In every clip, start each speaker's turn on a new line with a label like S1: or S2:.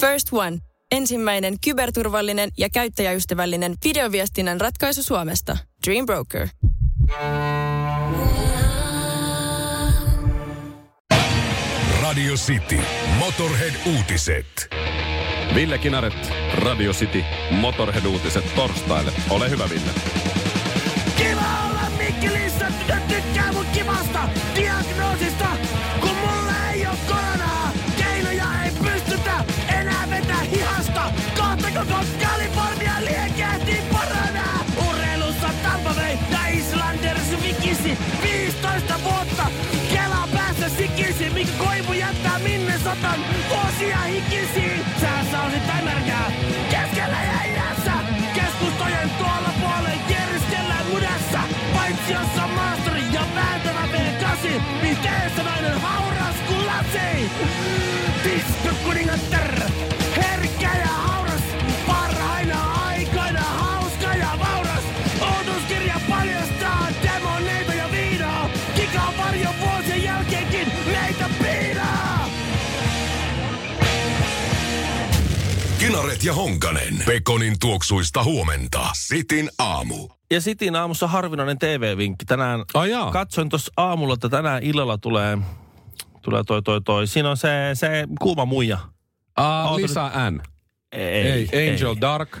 S1: First One. Ensimmäinen kyberturvallinen ja käyttäjäystävällinen videoviestinnän ratkaisu Suomesta. Dream Broker.
S2: Radio City. Motorhead-uutiset.
S3: Ville Kinaret, Radio City, Motorhead-uutiset torstaille. Ole hyvä, Ville.
S4: Kiva olla Mikkelissä, nyt tykkää mun kivasta diagnoosista. Kun mulla ei oo koronaa, keinoja ei pystytä enää vetää hihasta. Kohta koko Kalifornia liekehtii paranaa. Urheilussa Tampa vei ja Islanders vikisi 15 vuotta. Kela päässä sikisi, Mikko Koivu jättää minne satan vuosia hikisiin. Säässä on sitä märkää, keskellä ja idässä. Keskustojen tuolla puolen kierriskellään mudassa. Paitsi jossa maasteri ja vääntävä V8. Miten se niin nainen hauras kuin lapsi? Disko kuningatar, herkkä ja hauras. Parhaina aikoina hauska ja vauras. Odotuskirja paljastaa demoneita ja viinaa. Kika on varjo vuosien jälkeenkin meitä piinaa.
S2: Kinaret ja Honkanen. Pekonin tuoksuista huomenta. Sitin aamu.
S5: Ja Sitin aamussa harvinainen TV-vinkki. Tänään
S3: Ai jaa.
S5: katsoin tuossa aamulla, että tänään illalla tulee, tulee toi toi toi. Siinä on se, se kuuma muija.
S3: Uh,
S5: Oota
S3: Lisa N.
S5: Ei,
S3: Ei, Angel Dark.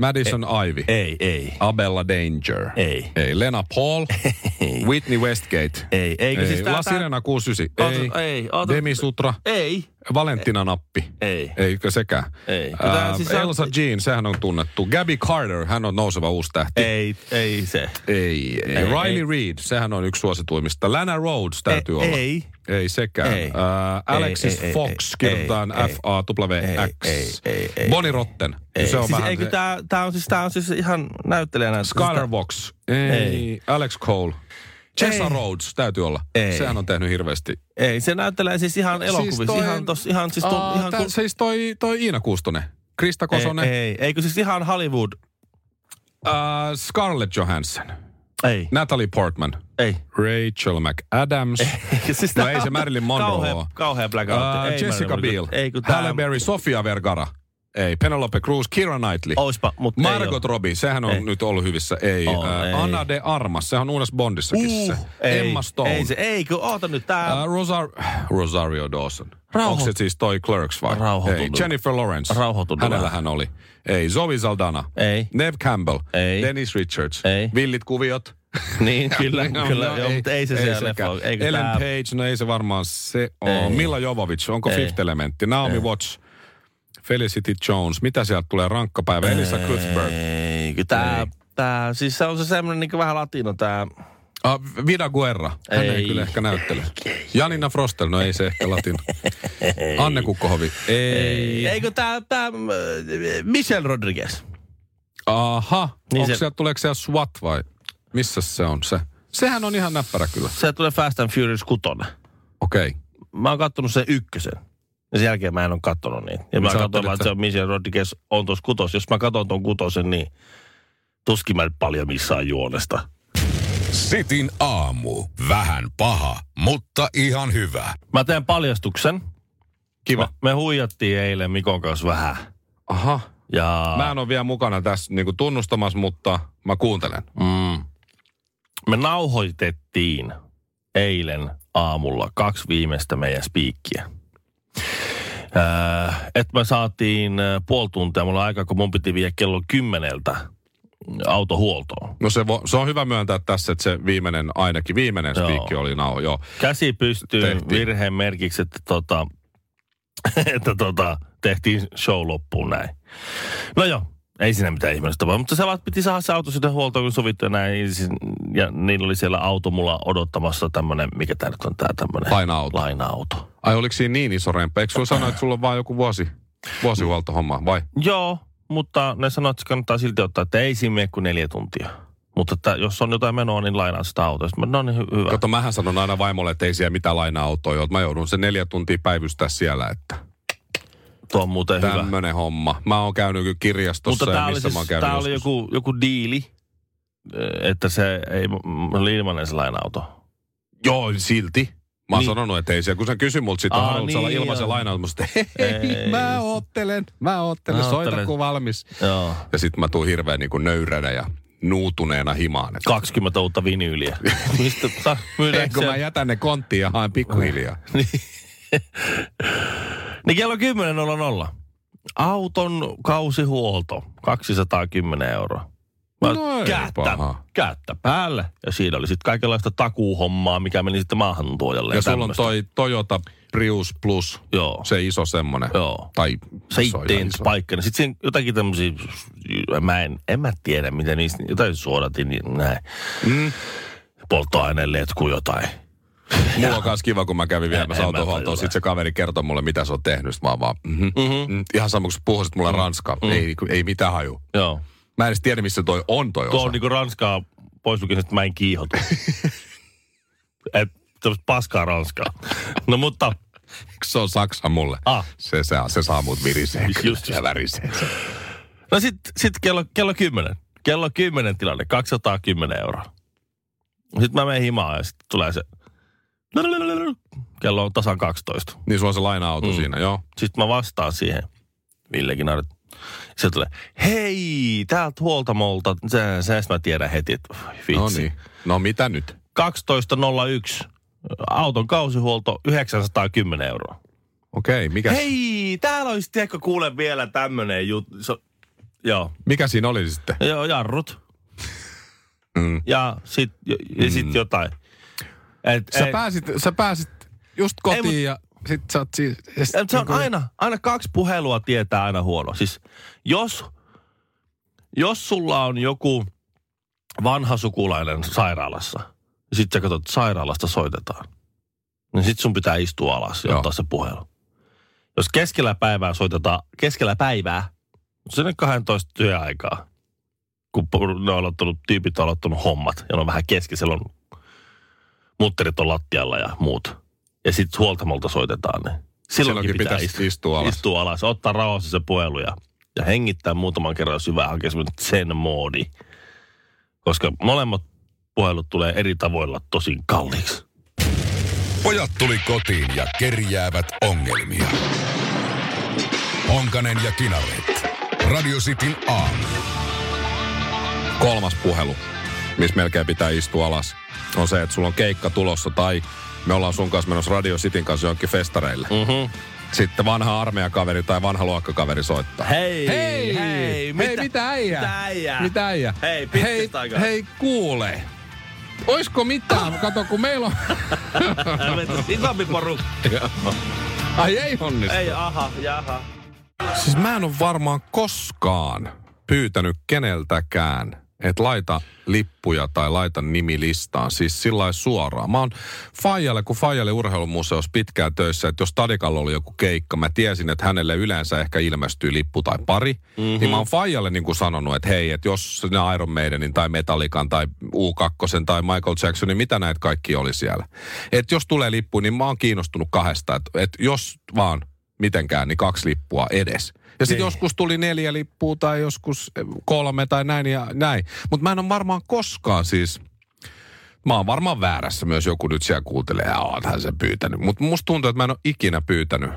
S3: Madison Ivy.
S5: Ei, ei,
S3: Abella Danger.
S5: Ei.
S3: Ei. Lena Paul. Whitney Westgate.
S5: ei. Eikö siis
S3: ei.
S5: tää,
S3: La
S5: tää-
S3: Sirena 69.
S5: Oota, ei, oota.
S3: Demi Sutra.
S5: Ei,
S3: Valentina Nappi.
S5: ei.
S3: Eikö sekään?
S5: Ei. Tää
S3: Äh,
S5: siis
S3: siis
S5: on-
S3: Elsa Jean, sehän on tunnettu. Gabby Carter, hän on nouseva uusi tähti.
S5: Ei, ei se.
S3: Ei, ei.
S5: Ei,
S3: Riley
S5: ei.
S3: Reid, sehän on yksi suosituimmista. Lana Rhodes täytyy
S5: ei,
S3: olla.
S5: Ei,
S3: Ei sekään.
S5: Ei.
S3: Ei. Alexis
S5: Ei, ei,
S3: Fox,
S5: ei,
S3: kirjoitetaan
S5: ei,
S3: F-A-W-X.
S5: ei, ei, ei, ei.
S3: Bonnie Rotten.
S5: ei.
S3: Se on
S5: siis,
S3: vähän...
S5: eikö tää, tää, on siis, tää on siis ihan näyttelijänä.
S3: Skylar Vox. Ei.
S5: Ei.
S3: Alex Cole. Chessa
S5: Ei.
S3: Rhodes täytyy olla.
S5: Ei.
S3: Sehän on tehnyt hirveästi.
S5: Ei, se näyttelee siis ihan elokuvissa. Siis toi, ihan tos, ihan siis...
S3: Aa,
S5: To, ihan
S3: tää-
S5: kun-
S3: Siis toi, toi Iina Kuustonen. Krista Kosonen.
S5: ei, ei, eikö siis ihan Hollywood?
S3: Ää, Scarlett Johansson.
S5: Ei,
S3: Natalie Portman.
S5: ei.
S3: Rachel McAdams.
S5: siis
S3: no
S5: tää
S3: ei se
S5: on
S3: Marilyn Monroe
S5: Kauhea,
S3: oo.
S5: kauhea blackout.
S3: Ää,
S5: Ei
S3: Jessica
S5: Marilyn
S3: Biel.
S5: Monroe. Ei kun tää...
S3: Halle Berry, Sofia Vergara. Ei. Penelope Cruz, Kira Knightley.
S5: Oispa, mutta
S3: Margot Robbie, sehän on
S5: Ei.
S3: nyt ollut hyvissä. Ei.
S5: Oo,
S3: Ää,
S5: ei. Uh,
S3: Anna de Armas, sehän on uudessa Bondissakin se.
S5: ei,
S3: Emma Stone.
S5: Ei se, ei kun oota nyt tää...
S3: Äh, Rosar- Rosario Dawson.
S5: Rauho-
S3: Onko se siis toi Clerks vai?
S5: Rauhoitu
S3: Ei,
S5: nyt.
S3: Jennifer Lawrence.
S5: Rauhoitu nyt.
S3: Hänellä hän oli. Ei, Zoe Saldana.
S5: Ei.
S3: Nev Campbell.
S5: Ei.
S3: Dennis Richards.
S5: Ei.
S3: Villit kuviot.
S5: niin, kyllä,
S3: No,
S5: kyllä.
S3: no,
S5: joo, mutta ei se se leffa.
S3: sekään.
S5: ole. Eikö
S3: Ellen
S5: tää...
S3: Page, no ei se varmaan se ole.
S5: Ei.
S3: Milla Jovovich, onko
S5: Ei.
S3: Fifth Elementti? Naomi Watts. Felicity Jones. Mitä sieltä tulee? Rankkapäivä. Elisa Kutzberg.
S5: Ei, kun tää... Tää, siis se on se semmonen niinku vähän latino tää...
S3: Ah, Vida Guerra. Hän ei,
S5: Ei.
S3: kyllä ehkä näyttele. Janina Frostel, no ei se ehkä latin. Anne Kukkohovi. Ei.
S5: Ei. Eikö tää, tää... äh, Michelle Rodriguez.
S3: Aha.
S5: Niin
S3: Niin Onko
S5: se-
S3: se... siellä, tuleeko siellä SWAT vai missä se on se? Sehän on ihan näppärä kyllä.
S5: Se tulee Fast and Furious 6.
S3: Okei. Okay.
S5: Mä oon kattonut sen ykkösen. Ja sen jälkeen mä en oo kattonut niitä. Ja mä
S3: Sä
S5: katson
S3: kattelit
S5: vaan, että se
S3: sen?
S5: on Michelle Rodriguez on tuossa kutos. Jos mä katon ton kutosen, niin tuskin mä nyt paljon missään juonesta.
S2: Sitin aamu. Vähän paha, mutta ihan hyvä.
S5: Mä teen paljastuksen.
S3: Kiva.
S5: Me, me huijattiin eilen Mikon kanssa vähän.
S3: Aha.
S5: Ja
S3: Mä en ole vielä mukana tässä niinku tunnustamassa, mutta mä kuuntelen.
S5: mm, me nauhoitettiin eilen aamulla kaksi viimeistä meidän spiikkiä. Öö, että me saatiin ö, puoli tuntia, mulla oli aika, kun mun piti viedä kello kymmeneltä autohuoltoon.
S3: No se, vo, se on hyvä myöntää tässä, että se viimeinen, ainakin viimeinen
S5: Joo.
S3: spiikki oli nao, joo.
S5: Käsi pystyy
S3: Tehtiin.
S5: virheen merkiksi, että, tota, että tota, tehtiin show loppuun näin. No joo, ei siinä mitään ihmeellistä tapahdu, mutta se vaan piti saada se auto sinne huoltoon, kun sovittu ja näin. Ja siis- Ja niillä oli siellä auto mulla odottamassa tämmönen, mikä tää nyt on tää tämmönen?
S3: Laina-auto.
S5: Laina-auto.
S3: Ai oliko siinä niin iso remppa? Eikö sulla sanoa, että sulla on vaan joku vuosi, vuosihuoltohomma vai?
S5: Joo, mutta ne sanoivat, että se kannattaa silti ottaa, että ei siinä mene kuin neljä tuntia. Mutta että jos on jotain menoa, niin lainaa sitä autoa. Sitten mä, no niin, hy- hyvä.
S3: Kato, mähän sanon aina vaimolle, että ei siellä mitään laina-autoa ole. Mä joudun sen neljä tuntia päivystää siellä, että
S5: Tuo on muuten hyvä.
S3: tämmönen homma. Mä oon käynyt kyllä kirjastossa
S5: Mutta
S3: ja
S5: tämä oli,
S3: missä
S5: siis,
S3: mä oon käynyt
S5: tää oli
S3: joskus.
S5: joku, joku diili, eh, että se ei, m- oli ilmanen se laina-auto.
S3: Joo, silti. Mä oon
S5: Niin.
S3: niin. sanonut, että ei se, kun sä kysy multa sitä,
S5: Aa,
S3: haluat niin, olla
S5: niin,
S3: ilmaisen
S5: joo.
S3: lainan, mutta ei, mä ottelen, mä ottelen,
S5: Mä
S3: soita
S5: oottelen.
S3: kun valmis.
S5: Joo.
S3: Ja sit mä tuun hirveän niin kuin nöyränä ja nuutuneena himaan. että
S5: 20 uutta vinyyliä. Mistä ta, myydäänkö
S3: Eikö Niin, mä
S5: se?
S3: jätän ne konttiin ja haen pikkuhiljaa.
S5: Niin kello 10.00. Auton kausihuolto, 210 euroa. Mä
S3: No ei
S5: kättä,
S3: paha.
S5: kättä päälle. Ja siinä oli sitten kaikenlaista takuuhommaa, mikä meni sitten maahantuojalle.
S3: Ja sulla on
S5: tämmöstä.
S3: toi Toyota Prius Plus,
S5: Joo.
S3: se iso semmonen.
S5: Joo.
S3: Tai
S5: se
S3: iso, ihan
S5: itteens
S3: iso.
S5: paikka. Sitten siinä jotakin tämmöisiä, mä en, en mä tiedä mitä niistä, jotain suodatin, niin näin. Mm. Polttoaineen letku jotain.
S3: Mulla on kans kiva, kun mä kävin viemässä
S5: En- en mä
S3: autohuoltoon.
S5: tajua.
S3: Sitten se kaveri kertoi mulle, mitä se on tehnyt. Sitten mä oon vaan, mhm,
S5: Mm-hmm.
S3: mm, ihan sama kuin sä puhuisit
S5: Mm.
S3: mulle ranskaa. Ei, ei mitään haju.
S5: Joo.
S3: Mä en edes tiedä, missä toi on toi
S5: Tuo
S3: osa.
S5: on niinku ranskaa pois lukien, että mä en kiihotu. Et, tämmöistä paskaa ranskaa. No mutta,
S3: Se on Saksa mulle.
S5: niinku- Ah.
S3: Se, se, se saa mut virisee.
S5: Just,
S3: kyllä,
S5: just.
S3: ja värisee.
S5: no sit, sit kello, kello 10. Kello 10 tilanne, 210 euroa. Sitten mä menen himaan ja sitten tulee se, kello on tasan 12.
S3: Niin sulla on se laina-auto mm. siinä, joo.
S5: Sitten mä vastaan siihen. Villekin aina. Se tulee, hei, täältä huoltamolta. Se, se mä tiedän heti, että voi
S3: No
S5: vitsi.
S3: niin. No mitä nyt?
S5: 12.01. Auton kausihuolto 910 euroa.
S3: Okei, okay, mikä,
S5: Hei, täällä olisi, tiedätkö, kuule vielä tämmönen juttu. So, joo,
S3: mikä siinä oli sitten?
S5: joo, jarrut. Mm. Ja sit, ja, ja sit mm. jotain. Et,
S3: Sä
S5: ei-
S3: pääsit, sä pääsit just kotiin
S5: Ei, mut-
S3: ja sit sä oot siis... ja sit
S5: Ja se on
S3: niinku-
S5: aina, aina kaksi puhelua tietää aina huono. Siis jos, jos sulla on joku vanha sukulainen sairaalassa, ja sit sä katsot, että sairaalasta soitetaan, niin sit sun pitää istua alas ja
S3: Joo.
S5: ottaa se puhelu. Jos keskellä päivää soitetaan, keskellä päivää, sinne 12 työaikaa, kun po- ne on aloittanut, tyypit on aloittanut hommat, ja ne on vähän keski, siellä on mutterit on lattialla ja muut. Ja sitten huoltamolta soitetaan ne. Silloinkin,
S3: Silloinkin
S5: pitää
S3: pitäisi istua
S5: istua, alas.
S3: alas.
S5: istua alas, ottaa rauhassa se puhelu ja, ja hengittää muutaman kerran, jos hyvä hakee semmoinen sen moodi. Koska molemmat puhelut tulee eri tavoilla tosi kalliiksi.
S2: Pojat tuli kotiin ja kerjäävät ongelmia. Honkanen ja Kinaret. Radio Cityn aamu.
S3: kolmas puhelu, missä melkein pitää istua alas, on se, että sulla on keikka tulossa tai me ollaan sun kanssa menossa Radio Cityn kanssa jonkin festareille. Mm-hmm. Sitten vanha armeijakaveri tai vanha luokkakaveri soittaa.
S5: Hei!
S3: Hei! Hei, mitä, äijä?
S5: Mitä äijä?
S3: Mitä äijä?
S5: Hei, pitkästä
S3: hei,
S5: aikaa.
S3: hei, kuule. Oisko mitään? Kato, kun meillä on...
S5: Helvetti, Isompi porukka.
S3: Ai ei onnistu.
S5: Ei, aha, jaha.
S3: Siis mä en ole varmaan koskaan pyytänyt keneltäkään, että laita lippuja tai laita nimi listaan. Siis sillä lailla suoraan. Mä oon Fajalle, kun Fajalle urheilumuseossa pitkään töissä, että jos Stadikalla oli joku keikka, mä tiesin, että hänelle yleensä ehkä ilmestyy lippu tai pari. Mm-hmm. Niin mä oon Fajalle niin kuin sanonut, että hei, että jos ne Iron Maidenin tai Metallican tai U2 tai Michael Jacksonin, mitä näitä kaikki oli siellä. Että jos tulee lippu, niin mä oon kiinnostunut kahdesta. Että et jos vaan mitenkään, niin kaksi lippua edes. Ja
S5: Niin.
S3: sitten joskus tuli neljä lippua tai joskus eh, kolme tai näin ja näin. Mutta mä en ole varmaan koskaan siis, mä oon varmaan väärässä myös joku nyt siellä kuuntelee, ja oothan se pyytänyt. Mutta musta tuntuu, että mä en ole ikinä pyytänyt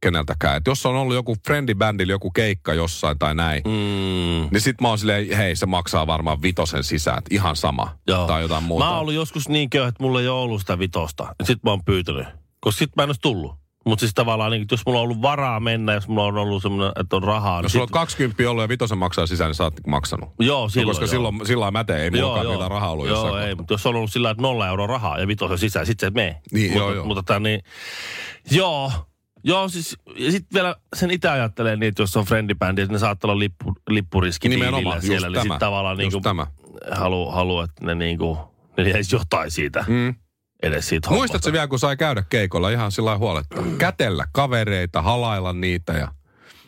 S3: keneltäkään. Et jos on ollut joku friendibändillä joku keikka jossain tai näin, mm.
S5: Mm,
S3: niin sit mä oon silleen, hei se maksaa varmaan vitosen sisään, et ihan sama.
S5: joo.
S3: Tai jotain muuta.
S5: Mä oon ollut joskus niin köyhä, että mulla ei ole ollut sitä vitosta. Ja sit mä oon pyytänyt. Koska sit mä en olisi tullut. Mutta siis tavallaan, niin, jos mulla on ollut varaa mennä, jos mulla on ollut semmoinen, että on rahaa. Niin
S3: Jos
S5: sit,
S3: sulla on 20 ollut ja vitosen maksaa sisään, niin sä oot maksanut.
S5: joo, silloin,
S3: koska
S5: joo.
S3: silloin, silloin mä teen, ei mullakaan mitään rahaa ollut jossain
S5: Joo, ei, mutta jos on ollut sillä että nolla euroa rahaa ja vitosen sisään, sit se menee.
S3: Niin,
S5: mutta,
S3: joo, joo.
S5: Mutta tää niin, joo, joo siis, ja sit vielä sen itse ajattelee niin, että jos on friendibändi, että ne saattaa olla lippu, lippuriski
S3: Nimenomaan, just
S5: siellä, niin
S3: tämä,
S5: sit tavallaan niin
S3: just
S5: kuin,
S3: tämä.
S5: halu, halu, että ne niin kuin, ne jäisi jotain siitä, mm. edes siitä hommasta.
S3: Muistatko vielä, kun sai käydä keikolla ihan sillä lailla huoletta? Kätellä kavereita, halailla niitä ja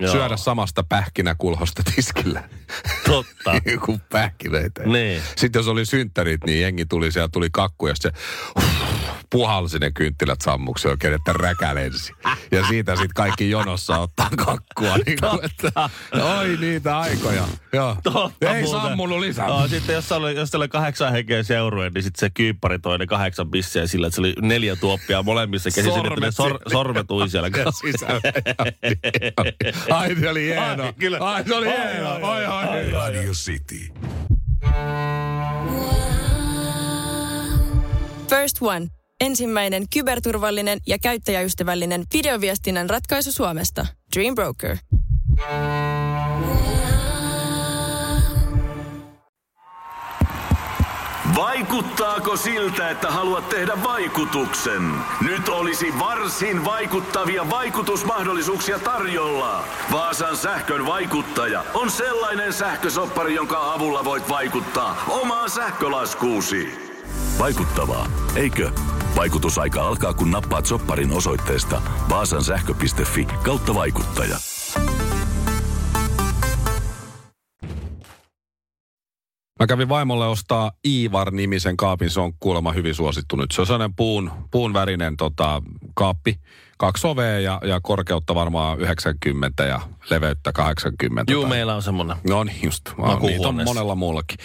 S5: Joo.
S3: Joo. syödä samasta pähkinäkulhosta tiskillä.
S5: Totta.
S3: Joku pähkinöitä.
S5: Niin.
S3: Sitten jos oli synttärit, niin jengi tuli, siellä tuli kakku ja sitten se puhalsi ne kynttilät sammuksi oikein, että räkälensi. Ja siitä sitten kaikki jonossa ottaa kakkua. Niin kuin, että, oi niitä aikoja. Joo.
S5: Totta
S3: Ei
S5: muuten.
S3: sammunut lisää.
S5: No, sitten jos oli, jos oli kahdeksan henkeä seurue, niin sitten se kyyppari toi ne kahdeksan bissejä sillä, että se oli neljä tuoppia molemmissa käsissä, niin että ne sor,
S3: Sormet
S5: sormet ui siellä.
S3: sisällä. Ai, se oli hieno.
S5: Ai, kyllä.
S3: Ai, se oli
S5: Ai,
S3: hieno.
S5: ai,
S3: Ai, ai, ai.
S2: Radio City.
S1: First One. Ensimmäinen kyberturvallinen ja käyttäjäystävällinen videoviestinnän ratkaisu Suomesta. Dream Broker.
S6: Vaikuttaako siltä, että haluat tehdä vaikutuksen? Nyt olisi varsin vaikuttavia vaikutusmahdollisuuksia tarjolla. Vaasan sähkön vaikuttaja on sellainen sähkösoppari, jonka avulla voit vaikuttaa omaan sähkölaskuusi. Vaikuttavaa, eikö? Vaikutusaika alkaa, kun nappaat sopparin osoitteesta vaasansähkö.fi kautta vaikuttaja.
S3: Mä kävin vaimolle ostaa Iivar-nimisen kaapin, se on kuulemma hyvin suosittu nyt. Se on sellainen puun, puun värinen tota, kaappi, kaksi ovea ja, ja korkeutta varmaan 90 ja leveyttä 80.
S5: Juu,
S3: tai-
S5: meillä on semmoinen.
S3: No niin, just. Mä niitä on
S5: Makuuhuoneessa.
S3: monella muullakin.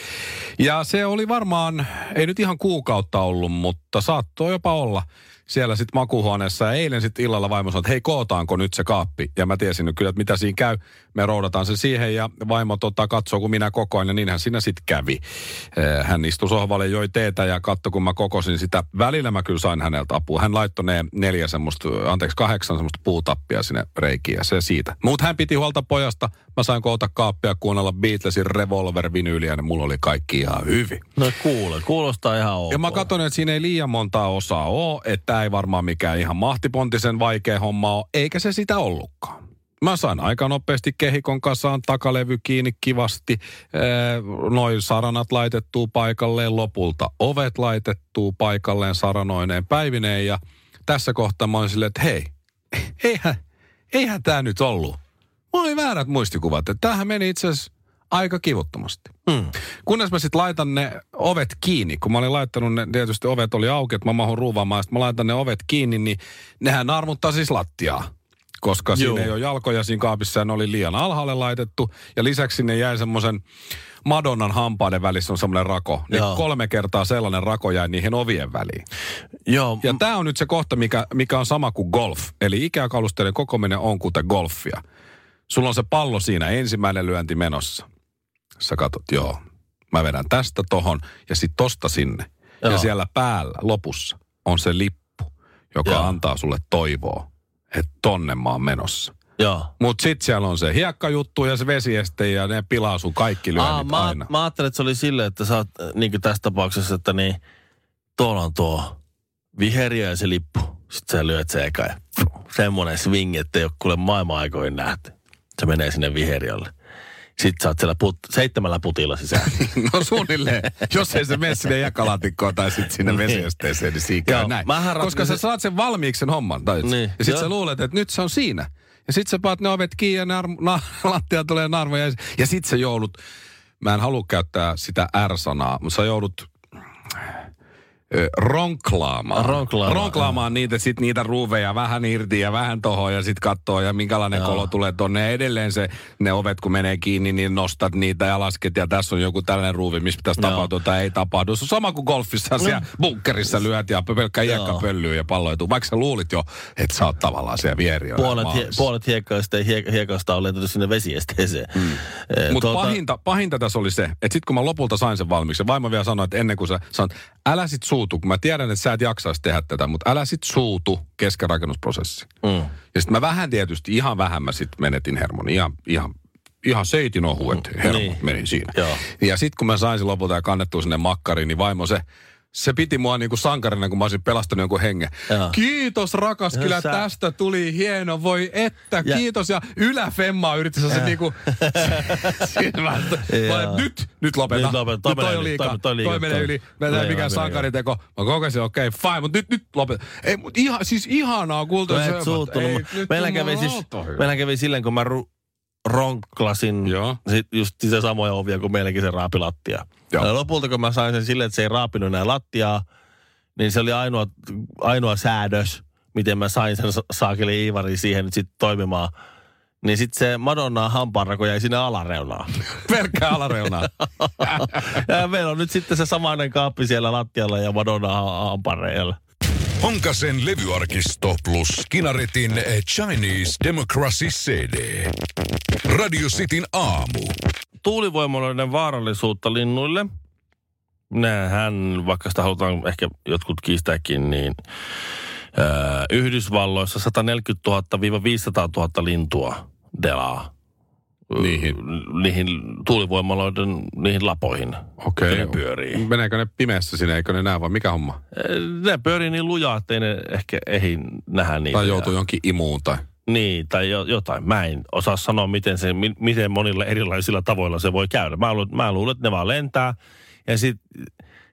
S3: Ja se oli varmaan, ei nyt ihan kuukautta ollut, mutta saattoi jopa olla siellä sitten makuuhuoneessa. Ja eilen sitten illalla vaimo sanoi, että hei, kootaanko nyt se kaappi? Ja mä tiesin nyt kyllä, että mitä siinä käy. Me roudataan se siihen ja vaimo tota, katsoo, kun minä kokoin. Ja niinhän siinä sitten kävi. Eh, Hän istui sohvalle, joi teetä ja katsoi, kun mä kokosin sitä. Välillä mä kyllä sain häneltä apua. Hän laittoi ne neljä semmoista, anteeksi, kahdeksan semmoista puutappia sinne reikiin ja se siitä. Mutta hän piti huolta pojasta. Mä sain koota kaappia kuunnella Beatlesin Revolver-vinyyliä, niin mulla oli kaikki ihan hyvin.
S5: No kuule, kuulostaa ihan ok.
S3: Ja mä katson, että siinä ei liian montaa osaa ole, että tää ei varmaan mikään ihan mahtipontisen vaikea homma ole, eikä se sitä ollutkaan. Mä sain aika nopeasti kehikon kasaan, takalevy kiinni kivasti, ee, noin saranat laitettuu paikalleen, lopulta ovet laitettuu paikalleen saranoineen päivineen ja tässä kohtaa mä olin silleen, että hei, eihän, eihän tämä nyt ollut. Mulla oli väärät muistikuvat, että tämähän meni itse asiassa aika kivuttomasti. Kunnes mä sitten laitan ne ovet kiinni, kun mä olin laittanut ne, tietysti ovet oli auki, että mä mahun ruuvaamaan, sitten mä laitan ne ovet kiinni, niin nehän narmuttaa siis lattiaa. Koska Joo.
S5: Joo.
S3: siinä ei ole jalkoja siinä kaapissa ja ne oli liian alhaalle laitettu. Ja lisäksi sinne jäi semmoisen Madonnan hampaiden välissä on semmoinen rako. Niin
S5: Joo.
S3: kolme kertaa sellainen rako jäi niihin ovien väliin.
S5: Joo,
S3: Ja tämä on nyt se kohta, mikä, mikä on sama kuin golf. Eli ikäkalusteiden kokominen on kuten golfia. Sulla on se pallo siinä, ensimmäinen lyönti menossa. Sä katot, joo, mä vedän tästä tohon ja sit tosta sinne. Joo. Ja
S5: Joo.
S3: siellä päällä, lopussa, on se lippu, joka joo.
S5: Joo.
S3: antaa sulle toivoa, että tonne mä oon menossa.
S5: joo.
S3: Mut sit siellä on se hiekkajuttu ja se vesieste ja ne pilaa sun kaikki lyönnit
S5: Aa, mä,
S3: aina.
S5: mä ajattelin, että se oli silleen, että sä oot niin kuin tässä tapauksessa, että niin, tuolla on tuo viheriä ja se lippu. Sitten sä lyöt se eka ja semmoinen swing, että ei ole kuule maailman aikoihin nähty. Se menee sinne viheriölle. Sitten sä oot siellä put, seitsemällä putilla sisään.
S3: No suunnilleen. Jos ei se mene sinne jakalaatikkoon tai sitten sinne vesiesteeseen, niin siinä käy
S5: Joo,
S3: näin.
S5: mähän rat-
S3: Koska sä saat sen valmiiksi sen homman. Tai
S5: Niin,
S3: ja sitten
S5: joo.
S3: sä luulet, että nyt se on siinä. Ja sitten sä paat ne ovet kiinni ja nar- na- lattia tulee narvoja. Ja, ja sitten sä joudut, mä en halua käyttää sitä R-sanaa, mutta sä joudut ö, ronklaamaan.
S5: Ronklaamaan,
S3: ronklaamaan niitä, sit niitä ruuveja vähän irti ja vähän tohon ja sit kattoo ja minkälainen kolo tulee tonne. Ja Edelleen se, ne ovet kun menee kiinni, niin nostat niitä ja lasket ja tässä on joku tällainen ruuvi, missä pitäisi
S5: Joo.
S3: tapahtua tai ei tapahdu. Se on sama kuin golfissa, no. siellä bunkkerissa lyöt ja pelkkä hiekka pöllyy ja palloituu. Vaikka sä luulit jo, että sä oot tavallaan siellä vieriöllä
S5: Puolet, hie,
S3: maalissa.
S5: puolet hiekkaista, hie, hiekasta on lentänyt sinne vesiesteeseen. Mm.
S3: Mutta tuota... pahinta, pahinta tässä oli se, että sitten kun mä lopulta sain sen valmiiksi, ja vaimo vielä sanoi, että ennen kuin sä sanot, älä sit suutu, kun mä tiedän, että sä et jaksaisi tehdä tätä, mutta älä sit suutu kesken rakennusprosessi. Mm. Ja sitten mä vähän tietysti, ihan vähän mä sit menetin hermon, ihan, ihan, ihan seitin ohuet hermot niin.
S5: Niin.
S3: meni siinä.
S5: Joo.
S3: Ja sitten kun mä sain sen lopulta ja kannettua sinne makkariin, niin vaimo se, se piti mua niinku sankarina, kun mä olisin pelastanut jonkun hengen.
S5: Joo.
S3: Kiitos rakas,
S5: No
S3: kyllä
S5: sä-
S3: tästä tuli hieno, voi että,
S5: Ja- Äh.
S3: kiitos. Ja yläfemmaa yritti se niinku Siis mä- mä olen,
S5: Joo.
S3: nyt, nyt lopeta.
S5: Nyt lopeta. Toi
S3: Nyt toi
S5: menee
S3: on
S5: yli.
S3: liikaa. Toi,
S5: Toi- toi liikaa.
S3: menee
S5: Toi-
S3: yli. Mä
S5: toi
S3: en
S5: menee
S3: mikä
S5: yli.
S3: sankariteko. Mä kokesin, okei, okay, fine, mutta nyt, nyt lopeta. Ei, mut ihan, siis ihanaa kulta
S5: No et suuttunut. Ei, meillä, kävi siis, meillä kävi silleen, kun mä ru, ronklasin
S3: Joo.
S5: sit just sitä samoja ovia kuin meilläkin se raapi lattia.
S3: Joo.
S5: Ja lopulta kun mä sain sen silleen, että se ei raapinut enää lattiaa, niin se oli ainoa, ainoa säädös, miten mä sain sen sa- saakeli Iivari siihen nyt sitten toimimaan. Niin sitten se Madonna hampaanrako jäi sinne alareunaan.
S3: Pelkkää alareunaa.
S5: ja meillä on nyt sitten se samainen kaappi siellä lattialla ja Madonna ha- hampaanreijällä.
S2: Honkasen levyarkisto plus Kinaretin Chinese Democracy CD. Radio Cityn aamu.
S5: tuulivoimaloiden vaarallisuutta linnuille. Nähän, vaikka sitä halutaan ehkä jotkut kiistääkin, niin öö, Yhdysvalloissa 140 000-500 000 lintua delaa
S3: Niihin.
S5: niihin tuulivoimaloiden, niihin lapoihin.
S3: Okei.
S5: Ne pyörii.
S3: Meneekö ne pimeässä sinne, eikö ne näe vai mikä homma?
S5: Öö, Ne pyörii niin lujaa, ettei ne ehkä ehdi nähdä niitä.
S3: Tai joutuu johonkin imuun tai...
S5: Niin, tai jo, jotain. Mä en osaa sanoa, miten, se, mi, miten monilla erilaisilla tavoilla se voi käydä. Mä luulen, mä luulen että ne vaan lentää. Ja sitten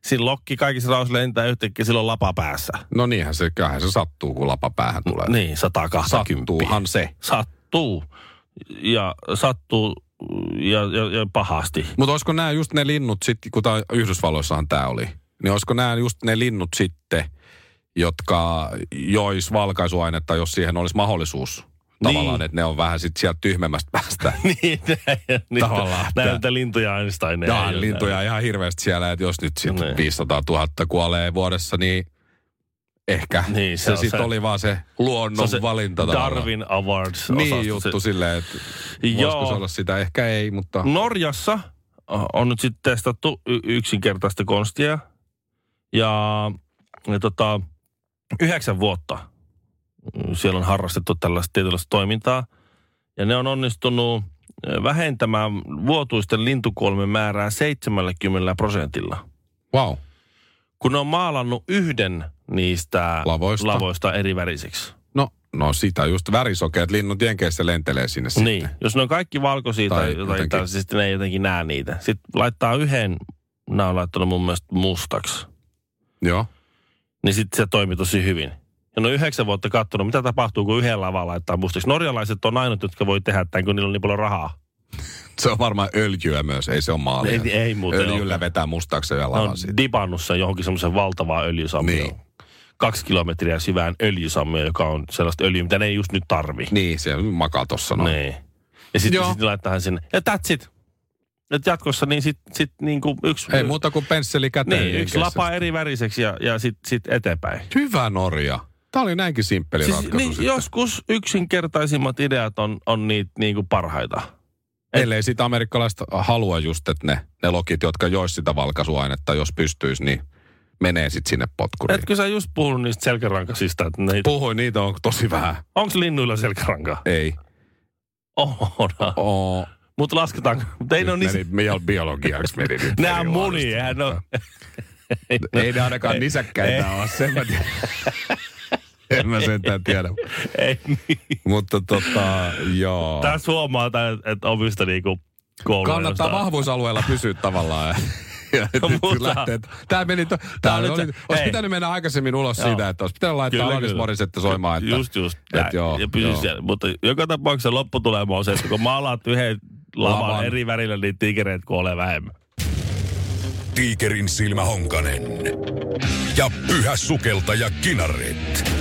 S5: siinä lokki kaikissa rauhassa lentää yhtäkkiä, silloin lapa päässä.
S3: No niinhän se, kyllähän se sattuu, kun lapa päähän tulee.
S5: Niin, 120.
S3: Sattuuhan se.
S5: Sattuu. Ja sattuu ja, ja, ja pahasti.
S3: Mutta olisiko nämä just ne linnut sitten, kun tää, Yhdysvalloissahan tämä oli, niin olisiko nämä just ne linnut sitten, jotka jois valkaisuainetta, jos siihen olisi mahdollisuus? Tavallaan,
S5: Niin.
S3: että ne on vähän sitten sieltä tyhmemmästä päästä.
S5: niin, niitä,
S3: Tavallaan, että-
S5: näiltä lintuja Einsteinia.
S3: Jaa,
S5: ei-
S3: lintuja ihan hirveästi siellä, että jos nyt sitten
S5: Niin.
S3: 500 000 kuolee vuodessa, niin ehkä
S5: Niin,
S3: se,
S5: se
S3: se
S5: on
S3: sitten
S5: se-
S3: oli vaan se
S5: Se on
S3: luonnon
S5: se
S3: No, valinta. tavallaan.
S5: Darwin Awards.
S3: Niin
S5: osasto.
S3: juttu
S5: Se-
S3: silleen, että voisiko
S5: Joo. Mm.
S3: se olla sitä, ehkä ei, mutta...
S5: Norjassa äh, on nyt sitten testattu y- yksinkertaista konstia. Ja, ja tota, yhdeksän vuotta mm, siellä on harrastettu tällaista tietynlaista toimintaa. Ja ne on onnistunut ö, vähentämään vuotuisten lintukuolemien määrää 70 prosentilla.
S3: Wow,
S5: Kun ne on maalannut yhden niistä
S3: Lavoista.
S5: lavoista eri värisiksi.
S3: no, no sitä just värisokeet linnut jenkeissä lentelee sinne sitten.
S5: Niin, jos ne on kaikki valkoisia
S3: Tai
S5: tai, tai
S3: jotenkin.
S5: jotenkin. Tällaisia, sitten ne ei jotenkin näe niitä. Sitten laittaa yhden, nämä on laittanut mun mielestä mustaksi,
S3: Joo.
S5: niin sitten se toimii tosi hyvin. Ja no yhdeksän vuotta katsonut, mitä tapahtuu, kun yhden lavan laittaa mustaksi. Norjalaiset on ainut, jotka voi tehdä tämän, kun niillä on niin paljon rahaa.
S3: Se on varmaan öljyä myös, ei se ole maalia.
S5: Ei, No. ei muuten
S3: Öljyllä vetää mustaksi ja
S5: Ne on
S3: lavan siitä.
S5: dipannut sen johonkin semmoisen valtavaan öljysammioon.
S3: Niin.
S5: Niin. Kaksi kilometriä syvään öljysammioon, joka on sellaista öljyä, mitä ne ei just nyt tarvi.
S3: Niin, se makaa tossa noin.
S5: Niin. Ja sitten
S3: Joo.
S5: sit laittaa sinne. Ja that's it. Et jatkossa niin sit, sit niinku yksi...
S3: Ei muuta kuin pensseli käteen.
S5: Niin, yksi
S3: jenkeissä.
S5: lapa eri väriseksi ja, ja sitten sit eteenpäin.
S3: Hyvä Norja. Tämä oli näinkin simppeli
S5: Siis,
S3: ratkaisu
S5: niin,
S3: sitten.
S5: joskus yksinkertaisimmat ideat on, on niitä niinku parhaita.
S3: Ellei sitä amerikkalaista halua just, että ne, ne lokit, jotka jois sitä valkaisuainetta, jos pystyisi, niin menee sitten sinne potkuriin.
S5: Etkö sä just puhunut niistä selkärankasista? että ne-
S3: Puhuin, niitä on tosi vähän.
S5: Onks linnuilla selkärankaa?
S3: Ei.
S5: On.
S3: Oo.
S5: Mutta lasketaanko? Mut
S3: Siis
S5: ei ne on niissä...
S3: meni, bio- biologiaksi meni nyt.
S5: Nää
S3: eri
S5: muni,
S3: laadista.
S5: eihän ne oo-
S3: Ei ne ainakaan nisäkkäitä ole, sen mä tiedän. en mä sentään tiedä.
S5: ei niin.
S3: Mutta tota, joo.
S5: Tässä huomaa, että omista niinku kouluista.
S3: Kannattaa vahvuusalueella pysyä tavallaan. Ja
S5: No,
S3: nyt
S5: mutta-
S3: lähtee, että Tämä meni, to, tämä
S5: nyt
S3: oli,
S5: se-
S3: olisi
S5: ei.
S3: pitänyt mennä aikaisemmin ulos
S5: Joo.
S3: siitä, että olisi pitänyt laittaa Alanis Morissette soimaan. Että,
S5: just, just.
S3: Et joo,
S5: ja pysy
S3: joo.
S5: siellä. Mutta joka tapauksessa lopputulema on se, että kun maalaat yhden lavan,
S3: Lavan.
S5: eri värillä, niin tiikereet kuolee vähemmän.
S2: Tiikerin silmä Honkanen. Ja pyhä sukeltaja Kinaret.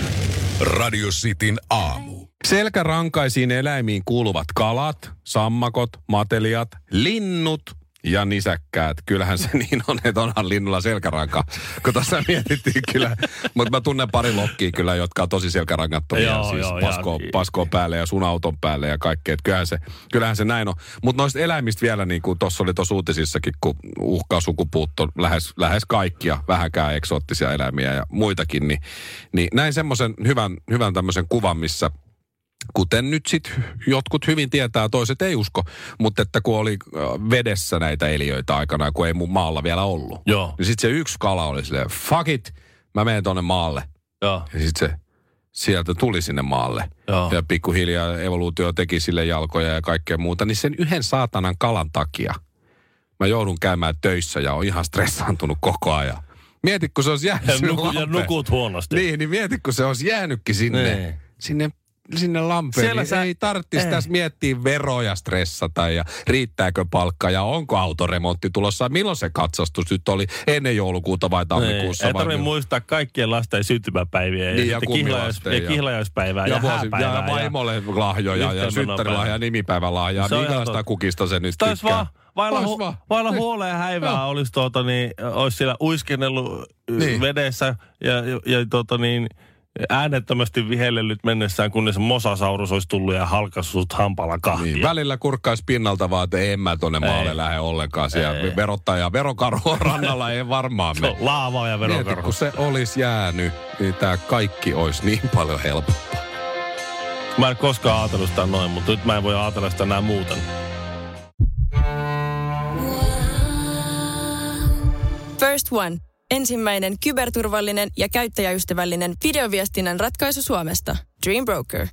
S2: Radio Cityn aamu.
S3: Selkärankaisiin eläimiin kuuluvat kalat, sammakot, matelijat, linnut ja nisäkkäät. Kyllähän se niin on, että onhan linnulla selkäranka, kun tässä mietittiin kyllä. Mutta mä tunnen pari lokkia kyllä, jotka on tosi selkärankattomia.
S5: Joo,
S3: siis
S5: joo,
S3: pasko,
S5: ja-
S3: pasko päälle ja sun auton päälle ja kaikkea. Et Kyllähän se, kyllähän se näin on. Mutta noista eläimistä vielä, niin kuin tuossa oli tuossa uutisissakin, kun uhkaa sukupuutto lähes, lähes kaikkia, vähäkään eksoottisia eläimiä ja muitakin, niin, niin näin semmoisen hyvän, hyvän tämmöisen kuvan, missä kuten nyt sitten jotkut hyvin tietää, toiset ei usko, mutta että kun oli ö, vedessä näitä eliöitä aikanaan, kun ei mun maalla vielä ollut.
S5: Joo.
S3: Niin sitten se yksi kala oli silleen, fuck it, mä menen tonne maalle.
S5: Joo.
S3: Ja sitten se sieltä tuli sinne maalle.
S5: Joo.
S3: Ja pikkuhiljaa evoluutio teki sille jalkoja ja kaikkea muuta. Niin sen yhden saatanan kalan takia mä joudun käymään töissä ja on ihan stressaantunut koko ajan. Mieti, kun se olisi jäänyt
S5: Ja,
S3: sinne
S5: nuku, ja
S3: lampeen.
S5: nukut huonosti.
S3: Niin, niin mieti, kun se olisi jäänytkin sinne,
S5: Niin.
S3: sinne sinne Lampeen.
S5: Siellä
S3: Sä...
S5: sä-
S3: Ei tarvitsisi
S5: ei.
S3: tässä miettiä veroja stressata ja riittääkö palkka ja onko autoremontti tulossa. Milloin se katsastus nyt oli? Ennen joulukuuta vai tammikuussa?
S5: Niin, Ei
S3: vai
S5: tarvitse
S3: milloin?
S5: muistaa kaikkien lasten syntymäpäiviä ja,
S3: Niin,
S5: niin,
S3: ja
S5: ja, kihlajais-
S3: kummilasten
S5: ja,
S3: ja-
S5: kihlajaispäivää ja,
S3: ja, vuosi, ja
S5: hääpäivää.
S3: vaimolle lahjoja ja
S5: yhteenmenopä-
S3: synttärilahja, nimipäivälahja.
S5: Se on ihan
S3: Minkälaista
S5: totta.
S3: kukista se nyt
S5: Sitä olisi vaan, vailla,
S3: Ois
S5: hu-
S3: vaan.
S5: vailla
S3: Niin.
S5: huolea ja häivää
S3: Joo.
S5: olisi, tuota, niin, olisi siellä uiskennellut
S3: Niin.
S5: niin. vedessä ja, ja tuota, niin, äänettömästi vihellellyt mennessään, kunnes mosasaurus olisi tullut ja halkassut hampala kahtia.
S3: Niin, välillä kurkkaisi pinnalta vaan, että en mä tonne maalle lähde ollenkaan. Siellä
S5: Ei. No,
S3: verottaja verokarhu on rannalla, ei varmaan
S5: Se
S3: mene.
S5: on Laavaa ja
S3: Mieti,
S5: verokarhu.
S3: kun se olisi jäänyt, niin tämä kaikki olisi niin paljon helpompaa.
S5: Mä en koskaan ajatellut sitä noin, mutta nyt mä en voi ajatella sitä enää muuten.
S1: First One. Ensimmäinen kyberturvallinen ja käyttäjäystävällinen videoviestinnän ratkaisu Suomesta. Dream Broker.